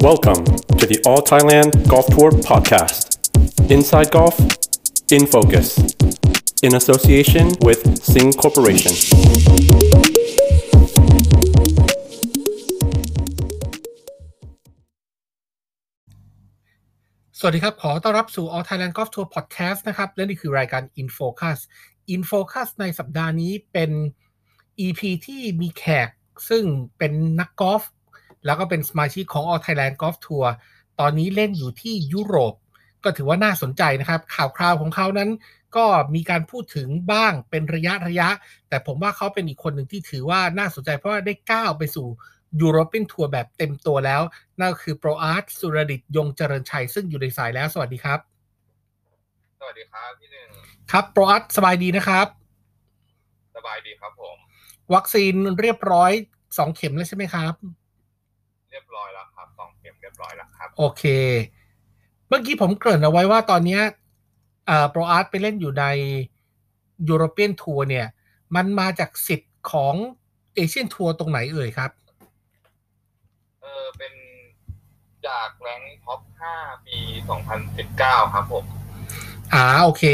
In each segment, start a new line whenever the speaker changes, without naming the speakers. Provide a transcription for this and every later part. Welcome to the All Thailand Golf Tour Podcast. Inside Golf, in focus, in association with Sing Corporation.
สวัสดีครับ ขอต้อนรับสู่ All Thailand Golf Tour Podcast นะครับ และนี่คือรายการ In Focus In Focus ในสัปดาห์นี้เป็น EP ที่มีแขก ซึ่งเป็นนักกอล์ฟแล้วก็เป็นสมาชิกของ All Thailand Golf Tour ตอนนี้เล่นอยู่ที่ยุโรป ก็ถือว่าน่าสนใจนะครับ ข่าวคราวของเขานั้น ก็มีการพูดถึงบ้างเป็นระยะระยะ แต่ผมว่าเขาเป็นอีกคนหนึ่งที่ถือว่าน่าสนใจเพราะว่าได้ก้าวไปสู่ ยูโรเป n นทัวร์แบบเต็มตัวแล้ว นั่นก็คือโปรอาร์ตสุรดิตยงเจริญชัย ซึ่งอยู่ในสายแล้ว สวัสดีครับ
สวัสดีครับพี่หนึ่ง
ครับโปรอาร์ตสบายดีนะครับ
สบายดีครับผม
วัคซีนเรียบร้อย 2 เข็มแล้วใช่ไหมครับ
เรียบร้อยแล้วครับสองเข็มเรียบร้อยแล้วครับ
โอเค เมื่อกี้ผมเกริ่นเอาไว้ว่าตอนเนี้ยเอ่อโปรอาร์ตไปเล่นอยู่ในยูโรเปียนทัวร์เนี่ย มันมาจากสิทธิ์ของเอเชียนทัวร์ตรงไหนเอ่ยครับ
เออเป็นจากแรงท็อป 5 ปี 2019 ครับผม
อ่าโอเค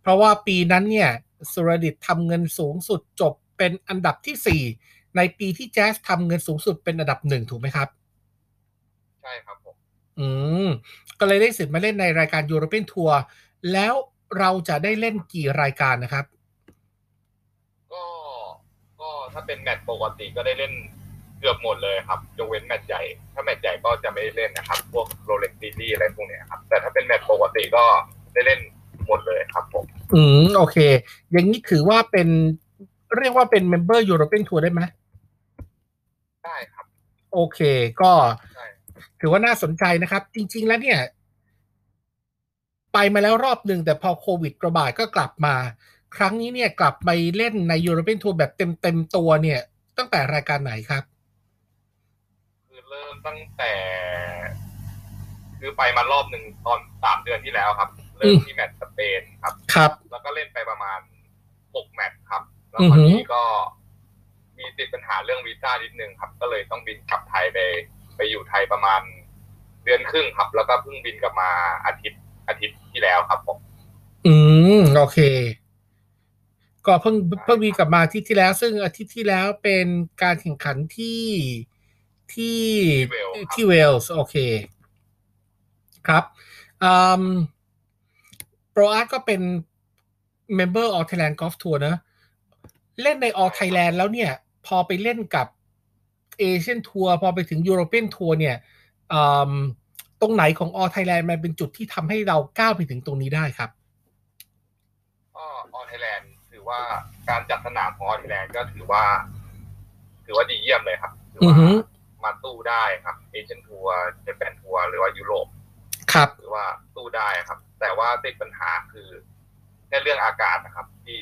เพราะว่าปีนั้นเนี่ยสุรดิตทำเงินสูงสุดจบเป็นอันดับที่ 4 ในปีที่แจ๊สทำเงินสูงสุดเป็นอันดับหนึ่งถูกไหมครับ
ใช่ครับผม
อืม ก็เลยได้สิทธิ์มาเล่นในรายการยูโรเปียนทัวร์แล้วเราจะได้เล่นกี่รายการนะครับ
ก็ก็ถ้าเป็นแมตช์ปกติก็ได้เล่นเกือบหมดเลยครับยกเว้นแมตช์ใหญ่ ถ้าแมตช์ใหญ่ก็จะไม่ได้เล่นนะครับ พวกโรเล็กซีรีอะไรพวกเนี้ยครับ แต่ถ้าเป็นแมตช์ปกติก็ได้เล่นหมดเลยครับผม
อืม โอเค อย่างนี้ถือว่าเป็นเรียกว่าเป็นเมมเบอร์ยูโรเปียนทัวร์ได้ไหม
ได้ครับ
โอเค ก็
ใช่
ถือว่าน่าสนใจนะครับ จริง ๆ แล้วเนี่ย ไปมาแล้วรอบหนึ่งแต่พอโควิดระบาดก็กลับมา ครั้งนี้เนี่ยกลับไปเล่นในยูโรเปียนทัวร์แบบเต็ม ๆ ตัวเนี่ย ตั้งแต่รายการไหนครับ
คือเริ่มตั้งแต่ คือไปมารอบหนึ่งตอนสามเดือนที่แล้วครับ เริ่มที่แมตช์สเปนครับ
ครับ
แล้วก็เล่นไปประมาณ 6 แมตช์ครับ แล้วคราว
อือหื
นี้
อ
ก็มีติดปัญหาเรื่องวีซ่านิดนึงครับ ก็เลยต้องบินกลับไทยไป ไปอยู่ไทยประมาณเดือนครึ่งครับ แล้วก็เพิ่งบินกลับมาอาทิตย์อาทิตย์ที่แล้วครับผม
อืม โอเค ก็เพิ่งเพิ่งมีกลับมาอาที่ที่แล้ว ซึ่งอาทิตย์ที่แล้วเป็นการแข่งขันที่ที่
ที่เวลส์ค
ที่เวลส์
รับ
โอเคครับโปรอาร์ตก็เป็นเมมเบอร์ออไทยแลนด์กอล์ฟทัวร์เนอะเล่นในออไทยแลนด์แล้วเนี่ย พอไปเล่นกับเอเชียนทัวร์พอไปถึงยูโรเปียนทัวร์เนี่ยอืมตรงไหนของออไทยแลนด์มันเป็นจุดที่ทำให้เราก้าวไปถึงตรงนี้ได้ครับ
ก็ออไทยแลนด์ถือว่าการจัดสนามของออไทยแลนด์ก็ถือว่า ถือว่าดีเยี่ยมเลยครับถือ
อือ
ว่า
หือ
มาตู้ได้ครับเอเชียนทัวร์เจแปนทัวร์หรือว่ายุโรป
ครับ
ถือว่าสู้ได้ครับ แต่ว่าติดปัญหาคือแค่เรื่องอากาศนะครับ ที่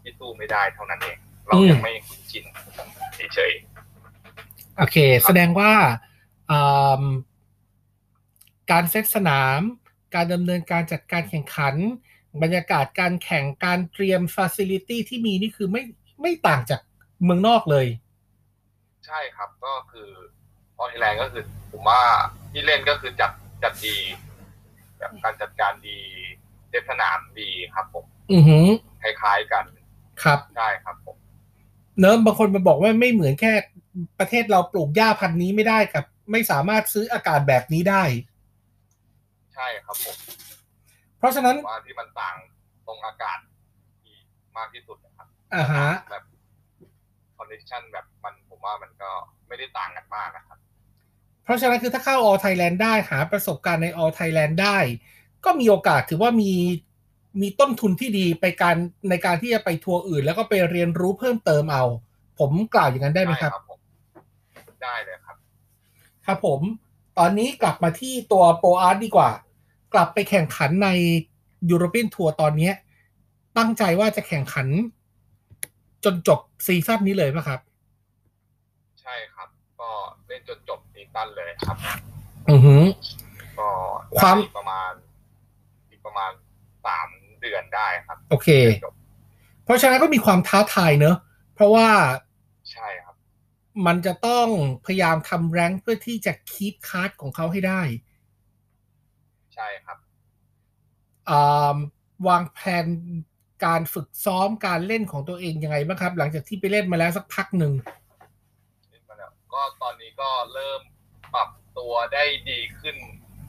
ที่สู้ไม่ได้เท่านั้นเอง เรายังไม่คุ้นชินเฉย
โอเค แสดงว่าอืมการเซตสนาม การดำเนินการจัดการแข่งขัน บรรยากาศการแข่งการเตรียมฟ a ซิลิตี้ที่มีนี่คือไม่ไม่ต่างจากเมืองนอกเลย
ๆใช่ครับ ก็คือออสเตรเลียก็คือ ผมว่าที่เล่นก็คือจัดจัดดีแบบการจัดการดีเซตสนามดีครับ ผม
อือหือ
คล้ายๆกัน
ครับ
ใช่ครับผม
เนอะบางคนมาบอกว่าไม่เหมือนแค่ประเทศเราปลูกหญ้าพันธุ์นี้ไม่ได้กับ ไม่สามารถซื้ออากาศแบบนี้ได้
ใช่ครับผม
เพราะฉะนั้น
ว่าที่มันต่างตรงอากาศที่มากที่สุดนะครับ
อ่าฮะ
แบบคอนดิชันแบบมันผมว่ามันก็ไม่ได้ต่างกันมากนะครับ
เพราะฉะนั้นคือถ้าเข้า All Thailand ได้หาประสบการณ์ใน All Thailand ได้ ก็มีโอกาสถือว่ามีมีต้นทุนที่ดีไปการในการที่จะไปทัวร์อื่น แล้วก็ไปเรียนรู้เพิ่มเติมเอา ผมกล่าวอย่างนั้นได้ไหมครับ
ผมได้เลยครับ
ครับผม ตอนนี้กลับมาที่ตัวโปรอาร์ตดีกว่า กลับไปแข่งขันในยูโรเปียนทัวร์ตอนเนี้ยตั้งใจว่าจะแข่งขัน จนจบซีซั่นนี้เลยป่ะครับ
ใช่ครับ ก็เล่นจนจบซีซั่นเลยครับ
อือหือ
ก็
ความ
อีกประมาณ อีกประมาณสามเดือนได้ครับ
โอเค
จบ
เพราะฉะนั้นก็มีความท้าทายเนอะเพราะว่า
ใช่ครับ
มันจะต้องพยายามทำแรงค์เพื่อที่จะคีปคัดของเขาให้ได้
ใช่ครับ
อ่าวางแผนการฝึกซ้อมการเล่นของตัวเองยังไงบ้างครับ หลังจากที่ไปเล่นมาแล้วสักพักหนึ่ง
นิดมาแล้วก็ตอนนี้ก็เริ่มปรับตัวได้ดีขึ้น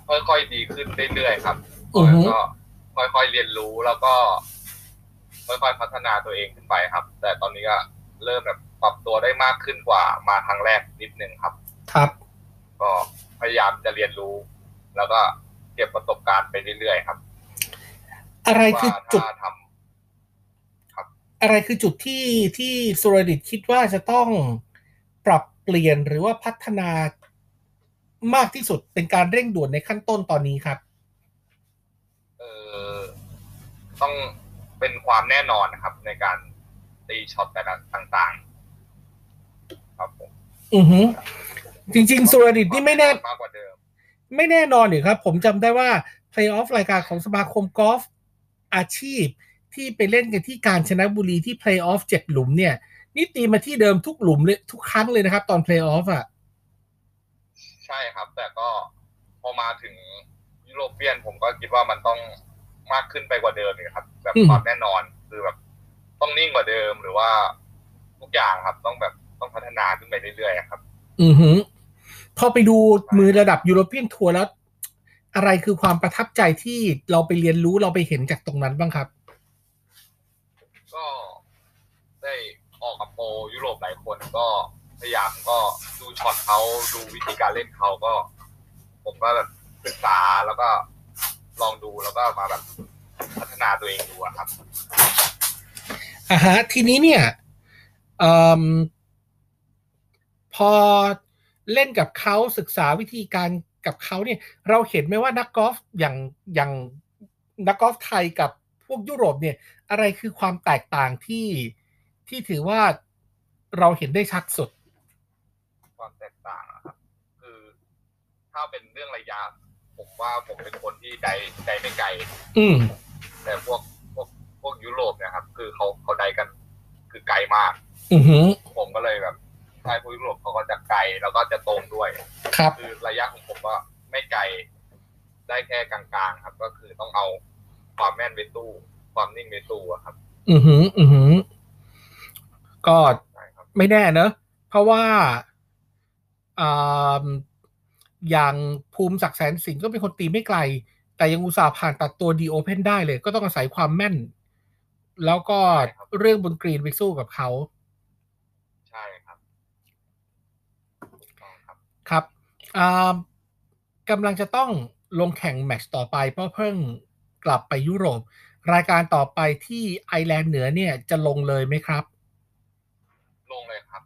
ค่อยๆดีขึ้นเรื่อยๆครับ
อือฮึ
ก็ค่อยๆเรียนรู้แล้วก็ ค่อยๆพัฒนาตัวเองขึ้นไปครับ แต่ตอนนี้ก็เริ่มแบบปรับตัวได้มากขึ้นกว่ามาครั้งแรกนิดนึงครับ
ครับ
ก็พยายามจะเรียนรู้ แล้วก็เก็บประสบการณ์ไปเรื่อยๆครับ
อะไรคือ
ว่า
จุด
ถ้าทำ
อะไรคือจุดที่ที่สุรดิตคิดว่าจะต้องปรับเปลี่ยนหรือว่าพัฒนามากที่สุดเป็นการเร่งด่วนในขั้นต้นตอนนี้ครับ
เออต้องเป็นความแน่นอนนะครับ ในการตีช็อตแต่ละต่างๆ ครับผม
อือฮึจริง ๆ สุรดิตนี่ไม่แน่
มากกว่าเดิม
ไม่แน่นอนนี่ครับ ผมจำได้ว่าเพลย์ออฟรายการของสมาคมกอล์ฟอาชีพ ที่ไปเล่นกันที่กาญจนบุรีที่เพลย์ออฟเจ็ดหลุมเนี่ยนี่ตีมาที่เดิมทุกหลุมเลยทุกครั้งเลยนะครับ ตอนเพลย์ออฟอ่ะ
ใช่ครับ แต่ก็พอมาถึงยุโรปเปียนผมก็คิดว่ามันต้องมากขึ้นไปกว่าเดิมนะครับ แบบ
อืม
ความแน่นอนคือแบบ ต้องนิ่งกว่าเดิมหรือว่าทุกอย่างครับ ต้องแบบต้องพัฒนาขึ้นไปเรื่อยๆครับ
อือหือพอไปดูมือระดับยูโรเปียนทัวร์แล้ว อะไรคือความประทับใจที่เราไปเรียนรู้เราไปเห็นจากตรงนั้นบ้างครับ
ก็ได้ออกกับโปรยุโรปหลายคนก็พยายามก็ดูช็อตเขาดูวิธีการเล่นเขาก็ ผมก็แบบศึกษาแล้วก็ลองดูแล้วก็มาแบบพัฒนาตัวเองดูอะครับ
อ่าฮะทีนี้เนี่ยเอมพอเล่นกับเขาศึกษาวิธีการกับเขาเนี่ย เราเห็นไหมว่านักกอล์ฟอย่างอย่างนักกอล์ฟไทยกับพวกยุโรปเนี่ย อะไรคือความแตกต่างที่ที่ถือว่าเราเห็นได้ชัดสุด
ความแตกต่างอะครับ คือถ้าเป็นเรื่องระยะ ผมว่าผมเป็นคนที่ใจใจไม่ไกล
อืม
แต่พวกพวกพวกยุโรปเนะครับ คือเขาเขาได้กันคือไกลมาก
อือหือ
ผมก็เลยแบบใช่พวกยุโรปเขาก็จะไกลแล้วก็จะตรงด้วย
ครับ
คือระยะของผมก็ไม่ไกลได้แค่กลางๆ ครับ ก็คือต้องเอาความแม่นไปตู้ ความนิ่งไปตู้อะครับ
อือหือ อือหือ ก็
ใช่ครับ
ไม่แน่เนอะเพราะว่าอ่าอย่างภูมิศักดิ์แสนสิงห์ก็เป็นคนตีไม่ไกล แต่ยังอุตส่าห์ผ่านตัดตัวดีโอเพนได้เลย ก็ต้องอาศัยความแม่น แล้วก็เรื่องบนกรีนไปสู้กับเขา
ใช่ครับถูกต้องครับ
ครับอ่ากำลังจะต้องลงแข่งแมตช์ต่อไป เพราะเพิ่งกลับไปยุโรป รายการต่อไปที่ไอร์แลนด์เหนือเนี่ยจะลงเลยไหมครับ
ลงเลยครับ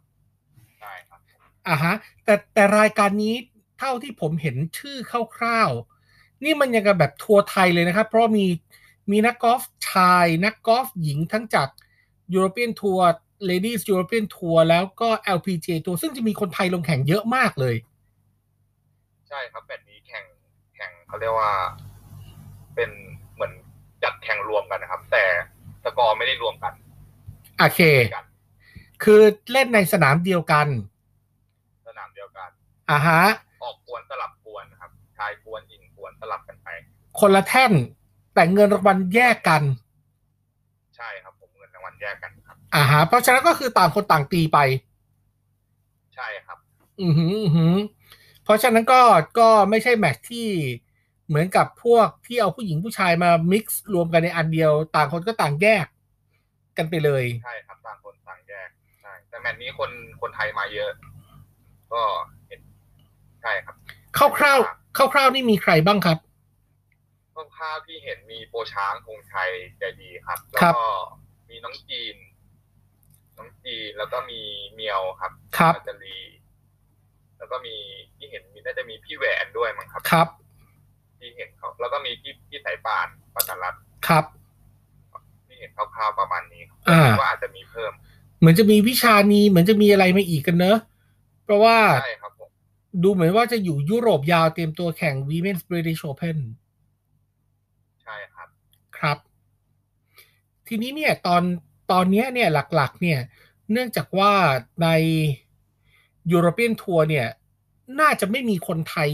ใช่ครับ
อ่าฮะแต่แต่รายการนี้เท่าที่ผมเห็นชื่อคร่าวๆ นี่มันยังกับแบบทัวร์ไทยเลยนะครับ เพราะมีมีนักกอล์ฟชาย นักกอล์ฟหญิงทั้งจาก European Tour Ladies European Tour แล้วก็ LPGA Tour ซึ่งจะมีคนไทยลงแข่งเยอะมากเลย
ใช่ครับแบบนี้แข่งแข่งเขาเรียกว่า เป็นเหมือนจัดแข่งรวมกันนะครับ แต่สกอร์ไม่ได้รวมกัน
โอเค
กัน
คือเล่นในสนามเดียวกัน
สนามเดียวกัน
อ่าฮะ
ออกกวนสลับกวนนะครับชายกวนหญิงกวนสลับกันไป
คนละแท่นแต่เงินรางวัลแยกกัน
ใช่ครับ ผมเงินรางวัลแยกกันครับ
อ่าฮะเพราะฉะนั้นก็คือต่างคนต่างตีไป
ใช่ครับ
อือหืออือหือเพราะฉะนั้นก็ก็ไม่ใช่แมทที่เหมือนกับพวกที่เอาผู้หญิงผู้ชายมามิกซ์รวมกันในอันเดียว ต่างคนก็ต่างแยกกันไปเลย
ใช่ครับต่างคนต่างแยกใช่แต่แมตช์นี้คนคนไทยมาเยอะ ก็เห็นใช่ครับ
คร่าวๆคร่าวๆนี่มีใครบ้างครับ
ก็ภาพที่เห็นมีโปรช้างคงชัยใจดีครับ แล้ว
ครับ
ก็มีน้องจีน น้องจีนแล้วก็มีเมียวครับ
ครับ
อัจจารี แล้วก็มีที่เห็นมีน่าจะมีพี่แหวนด้วยมั้งครับ
ครับ
ที่เห็นเขาแล้วก็มีพี่พี่สายป่านปัตรัตน์
ครับ
ที่เห็นคร่าวๆประมาณนี้ครับ
อ่า
คิดว่าอาจจะมีเพิ่ม
เหมือนจะมีวิชานีเหมือนจะมีอะไรมาอีกกันเนอะเพราะว่า
ใช่ครับผม
ดูเหมือนว่าจะอยู่ยุโรปยาวเตรียมตัวแข่ง Women's British Open
ใช่ครับ
ครับ ทีนี้เนี่ยตอนตอนเนี้ยเนี่ยหลักๆ เนี่ย เนื่องจากว่าใน ยูโรเปียนทัวร์เนี่ย น่าจะไม่มีคนไทย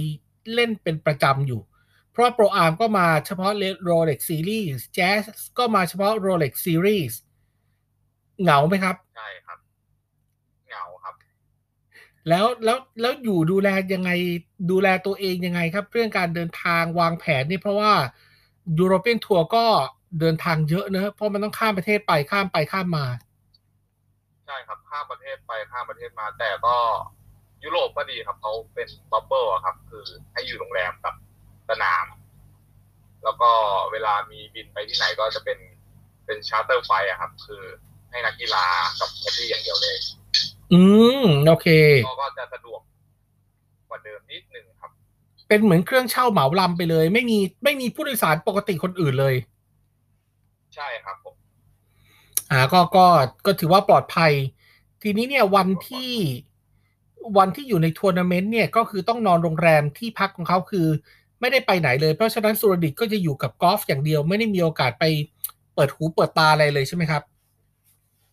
เล่นเป็นประจำอยู่ เพราะโปรอาร์มก็มาเฉพาะโรเล็กซีรีส์แจ๊สก็มาเฉพาะโรเล็กซีรีส์เหงาไหมครับ
ใช่ครับ เหงาครับ
แล้วแล้วแล้วอยู่ดูแลยังไงดูแลตัวเองยังไงครับ เรื่องการเดินทางวางแผนนี่เพราะว่ายูโรเปียนทัวร์ก็เดินทางเยอะเนอะเพราะมันต้องข้ามประเทศไปข้ามไปข้ามมา
ใช่ครับข้ามประเทศไปข้ามประเทศมา แต่ก็ยุโรปก็ดีครับเขาเป็นบับเบิลครับ คือให้อยู่โรงแรมกับสนาม แล้วก็เวลามีบินไปที่ไหนก็จะเป็นเป็นชาร์เตอร์ไฟล์อะครับ คือให้นักกีฬากับแคดดี้อย่างเดียวเลย
อืมโอเค
ก็ก็จะสะดวกกว่าเดิมนิดนึงครับ
เป็นเหมือนเครื่องเช่าเหมาลำไปเลย ไม่มีไม่มีผู้โดยสารปกติคนอื่นเลย
ใช่ครับผม
อ่าก็ก็ก็ถือว่าปลอดภัย ทีนี้เนี่ยวันที่วันที่อยู่ในทัวร์นาเมนต์เนี่ยก็คือต้องนอนโรงแรมที่พักของเขาคือ ไม่ได้ไปไหนเลย เพราะฉะนั้นสุรดิตก็จะอยู่กับกอล์ฟอย่างเดียว ไม่ได้มีโอกาสไปเปิดหูเปิดตาอะไรเลยใช่ไหมครับ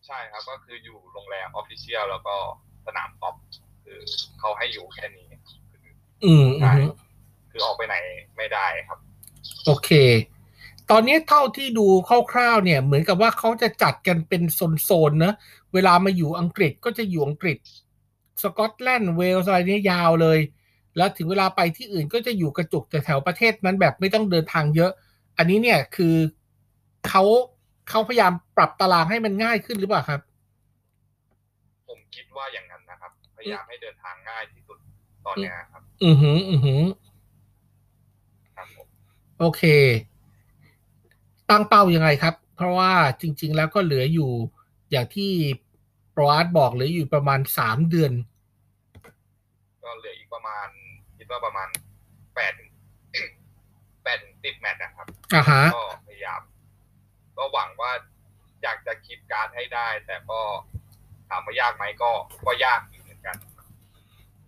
ใช่ครับ ก็คืออยู่โรงแรมออฟฟิเชียลแล้วก็สนามกอล์ฟคือเขาให้อยู่แค่นี้คือ
อืมอื
ใช่
ม
คือออกไปไหนไม่ได้ครับ
โอเค ตอนนี้เท่าที่ดูคร่าวๆเนี่ย เหมือนกับว่าเขาจะจัดกันเป็นโซนๆนะ เวลามาอยู่อังกฤษก็จะอยู่อังกฤษ สกอตแลนด์เวลส์อะไรเนี่ยยาวเลย แล้วถึงเวลาไปที่อื่นก็จะอยู่กระจุกแต่แถวๆประเทศนั้นแบบไม่ต้องเดินทางเยอะ อันนี้เนี่ยคือเขาเขาพยายามปรับตารางให้มันง่ายขึ้นหรือเปล่าครับ
ผมคิดว่าอย่างนั้นนะครับ พยายามให้เดินทางง่ายที่สุดตอนเนี้ยครับ
อือหือ อือหือ
ครับผม
โอเค ตั้งเป้ายังไงครับ เพราะว่าจริง ๆ แล้วก็เหลืออยู่อย่างที่โปรอาร์ตบอกเหลืออยู่ประมาณสามเดือน
ก็เหลืออีกประมาณ คิดว่าประมาณแปด แปดติดแมตช์นะครับ
อ่ะฮะ
ก็พยายาม ก็หวังว่าอยากจะคีบการ์ดให้ได้ แต่ก็ถามว่ายากไหมก็ ก็ยากอยู่เหมือนกัน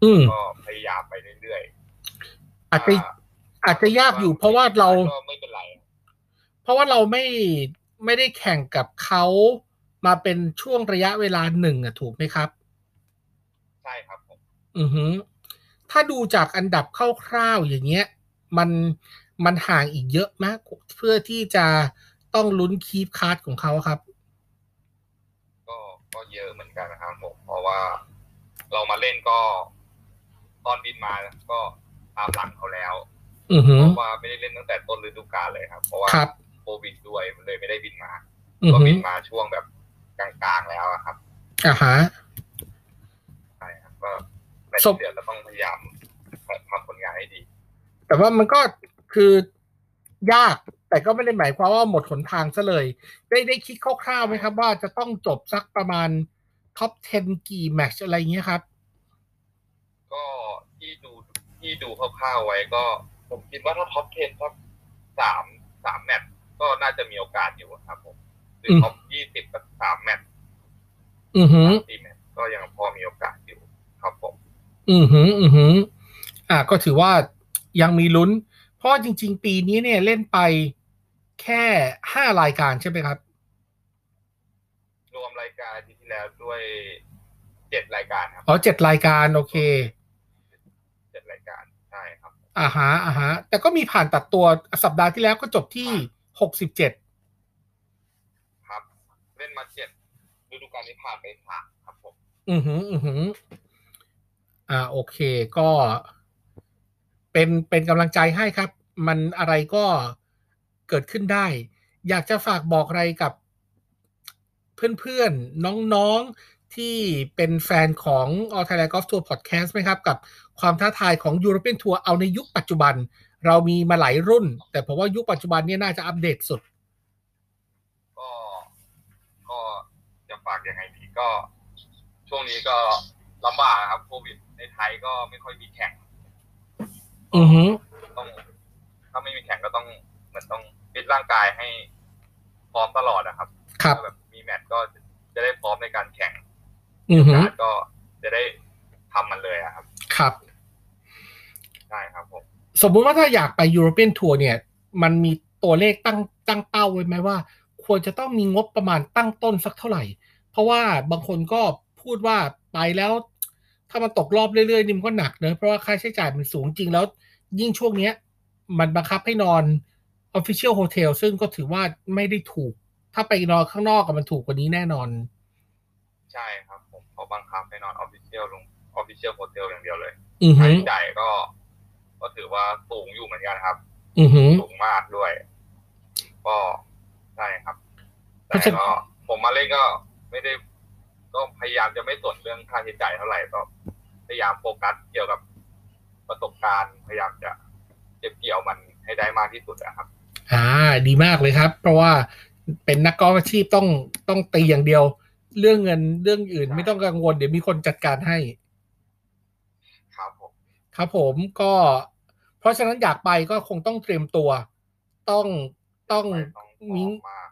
อืม
ก็พยายามไปเรื่อยๆ
อาจจะ
ถ้
อาจจะยากอยู่ เพราะว่าเรา
ก็ไม่เป็นไร
เพราะว่าเราไม่ไม่ได้แข่งกับเขามาเป็นช่วงระยะเวลาหนึ่งอะถูกไหมครับ
ใช่ครับผม
อือฮึถ้าดูจากอันดับคร่าวๆอย่างเงี้ย มันมันห่างอีกเยอะมากเพื่อที่จะต้องลุ้นคีปคัดของเขาครับ
ก็ก็เยอะเหมือนกันนะครับผมเพราะว่าเรามาเล่นก็ ตอนบินมาก็ตามหลังเขาแล้ว
อือฮึ
เพราะว่าไม่ได้เล่นตั้งแต่ต้นฤดูกาลเลยครับ เพราะว่า
ครับ
โควิดด้วยมันเลยไม่ได้บินมา
อือ
ก็
ฮึ
บินมาช่วงแบบกลางๆแล้วอะครับ
อ่าฮะ
ใช่ครับก็ใน
ศพ
เดือนเราต้องพยายามทำผลงานให้ดี
แต่ว่ามันก็คือยาก แต่ก็ไม่ได้หมายความว่าหมดหนทางซะเลย ได้ได้คิดคร่าวๆไหมครับว่าจะต้องจบสักประมาณท็อป 10 กี่แมตช์อะไรอย่างเงี้ยครับ
ก็ที่ดูที่ดูคร่าวๆไว้ก็ ผมคิดว่าถ้าท็อป 10สักสามสามแมตช์ก็น่าจะมีโอกาสอยู่ครับผมหรือ
ม
ท็อป 20สักสามแมตช์
อือหือ
สี่แมตช์ก็ยังพอมีโอกาสอยู่ครับผม
อือหือ อือหือ อ่ะก็ถือว่ายังมีลุ้น เพราะว่าจริง ๆ ปีนี้เนี่ยเล่นไปแค่ห้ารายการใช่ไหมครับ
รวมรายการอาที่ที่แล้วด้วยเจ็ดรายการครับ
อ๋อเจ็ดรายการโอเค
เจ็ดรายการใช่ครับ
อ่าฮะอ่าฮะ แต่ก็มีผ่านตัดตัวสัปดาห์ที่แล้วก็จบที่หกสิบเจ็ด
ครับ เล่นมาเจ็ดฤดูกาลนี้ผ่านไปสามครับผม
อือหือ อือหือ อ่า โอเค ก็เป็นเป็นกำลังใจให้ครับ มันอะไรก็เกิดขึ้นได้ อยากจะฝากบอกอะไรกับเพื่อนๆ น้องๆ ที่เป็นแฟนของ All Thailand Golf Tour Podcast ไหมครับ กับความท้าทายของ European Tour เอาในยุคปัจจุบัน เรามีมาหลายรุ่น แต่ผมว่ายุคปัจจุบันเนี่ยน่าจะอัปเดตสุด
ก็ก็จะฝากยังไงดีก็ ช่วงนี้ก็ลำบากนะครับโควิดในไทยก็ไม่ค่อยมีแข่ง
อือหือ
ต้อง ถ้าไม่มีแข่งก็ต้องเหมือนต้องฟิตร่างกายให้พร้อมตลอดนะครับ
ครับ
ถ้าแบบมีแมตช์ก็จะได้พร้อมในการแข่ง
อือหือ
การก็จะได้ทำมันเลยอะครับ
ครับ
ใช่ครับผม
สมมุติว่าถ้าอยากไปยูโรเปียนทัวร์เนี่ย มันมีตัวเลขตั้งตั้งเป้าไว้ไหมว่า ควรจะต้องมีงบประมาณตั้งต้นสักเท่าไหร่ เพราะว่าบางคนก็พูดว่าไปแล้ว ถ้ามันตกรอบเรื่อยๆนี่มันก็หนักเนอะเพราะว่าค่าใช้จ่ายมันสูงจริงแล้ว ยิ่งช่วงเนี้ย มันบังคับให้นอน Official Hotel ซึ่งก็ถือว่าไม่ได้ถูก ถ้าไปนอนข้างนอกก็มันถูกกว่านี้แน่นอน
ใช่ครับ ผมเขาบังคับให้นอนออฟฟิเชียลลงออฟฟิเชียลโฮเทลอย่างเดียวเลย
อือ
ค่า
หือ
ใช้จ่ายก็ ก็ถือว่าสูงอยู่เหมือนกันครับ
อือหือ
สูงมากด้วย ก็ใช่ครับ
เพราะ
แต่
ฉะนั้น
ก็ผมมาเล่นก็ไม่ได้ ก็พยายามจะไม่สนเรื่องค่าใช้จ่ายเท่าไหร่ก็พยายามโฟกัสเกี่ยวกับประสบการณ์พยายามจะเก็บเกี่ยวมันให้ได้มากที่สุดนะครับ
อ่า ดีมากเลยครับ เพราะว่าเป็นนักกอล์ฟอาชีพต้องต้องตีอย่างเดียว เรื่องเงินเรื่องอื่น ไม่ต้องกังวลเดี๋ยวมีคนจัดการให้
ครับผม
ครับผมก็ เพราะฉะนั้นอยากไปก็คงต้องเตรียมตัว ต้องต้อง
ไม่ต้อง
มิ้ง
ออกมาก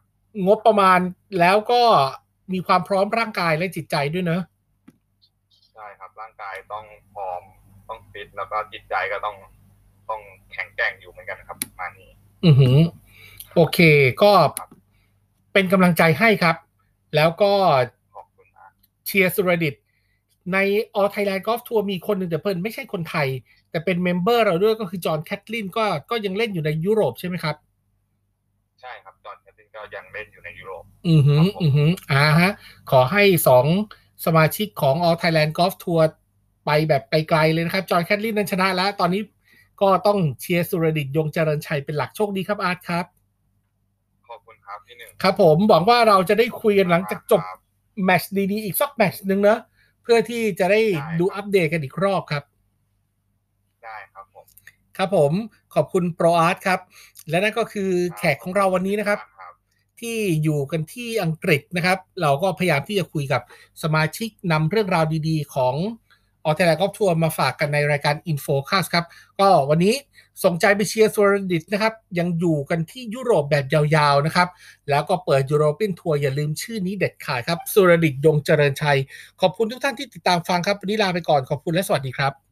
งบประมาณแล้วก็มีความพร้อมร่างกายและจิตใจด้วยเนอะ
ใช่ครับ ร่างกายต้องพร้อมต้องฟิตแล้วก็จิตใจก็ต้องต้องแข็งแกร่งอยู่เหมือนกันครับประมาณนี้
อือหือ โอเคก็เป็นกำลังใจให้ครับ แล้วก็
ขอบคุณมาก
เชียร์สุรดิต ใน All Thailand Golf Tour มีคนหนึ่งแต่เพิ่นไม่ใช่คนไทย แต่เป็นเมมเบอร์เราด้วยก็คือจอห์นแคทลินก็ก็ยังเล่นอยู่ในยุโรปใช่ไหมครับ
ใช่ครับจอห์นแคทลินก็ยังเล่นอยู่ในยุโรป
อือหืออือหืออ่าฮะ ขอให้สองสมาชิกของ All Thailand Golf Tour ไปแบบไกลๆเลยนะครับ จอห์นแคทลินนั้นชนะแล้ว ตอนนี้ก็ต้องเชียร์สุรดิตยงเจริญชัยเป็นหลักโชคดีครับอาร์ตครับ
ขอบคุณครับพี่หนึ่ง
ครับผมหวังว่าเราจะได้คุยกันหลังจากจบแมตช์ดีๆ อีกสักแมตช์หนึ่งนะ เพื่อที่จะได้ดูอัปเดตกันอีกรอบครับ
ได้ครับผม
ครับผมขอบคุณโปรอาร์ตครับ และนั่นก็คือแขกของเราวันนี้นะครับ ที่อยู่กันที่อังกฤษนะครับ เราก็พยายามที่จะคุยกับสมาชิกนำเรื่องราวดีๆ ของออเทลกอฟทัวร์มาฝากกันในรายการ i n f o c a s ครับ ก็วันนี้ส่งใจไปเชียร์สวรดิตนะครับ ยังอยู่กันที่ยุโรปแบบยาวๆนะครับ แล้วก็เปิดยูโรเปียนทัวร์อย่าลืมชื่อนี้เด็ดขาดครับสุรดิตยงเจริญชัย ขอบคุณทุกท่านที่ติดตามฟังครับวันนี้ลาไปก่อนขอบคุณและสวัสดีครับ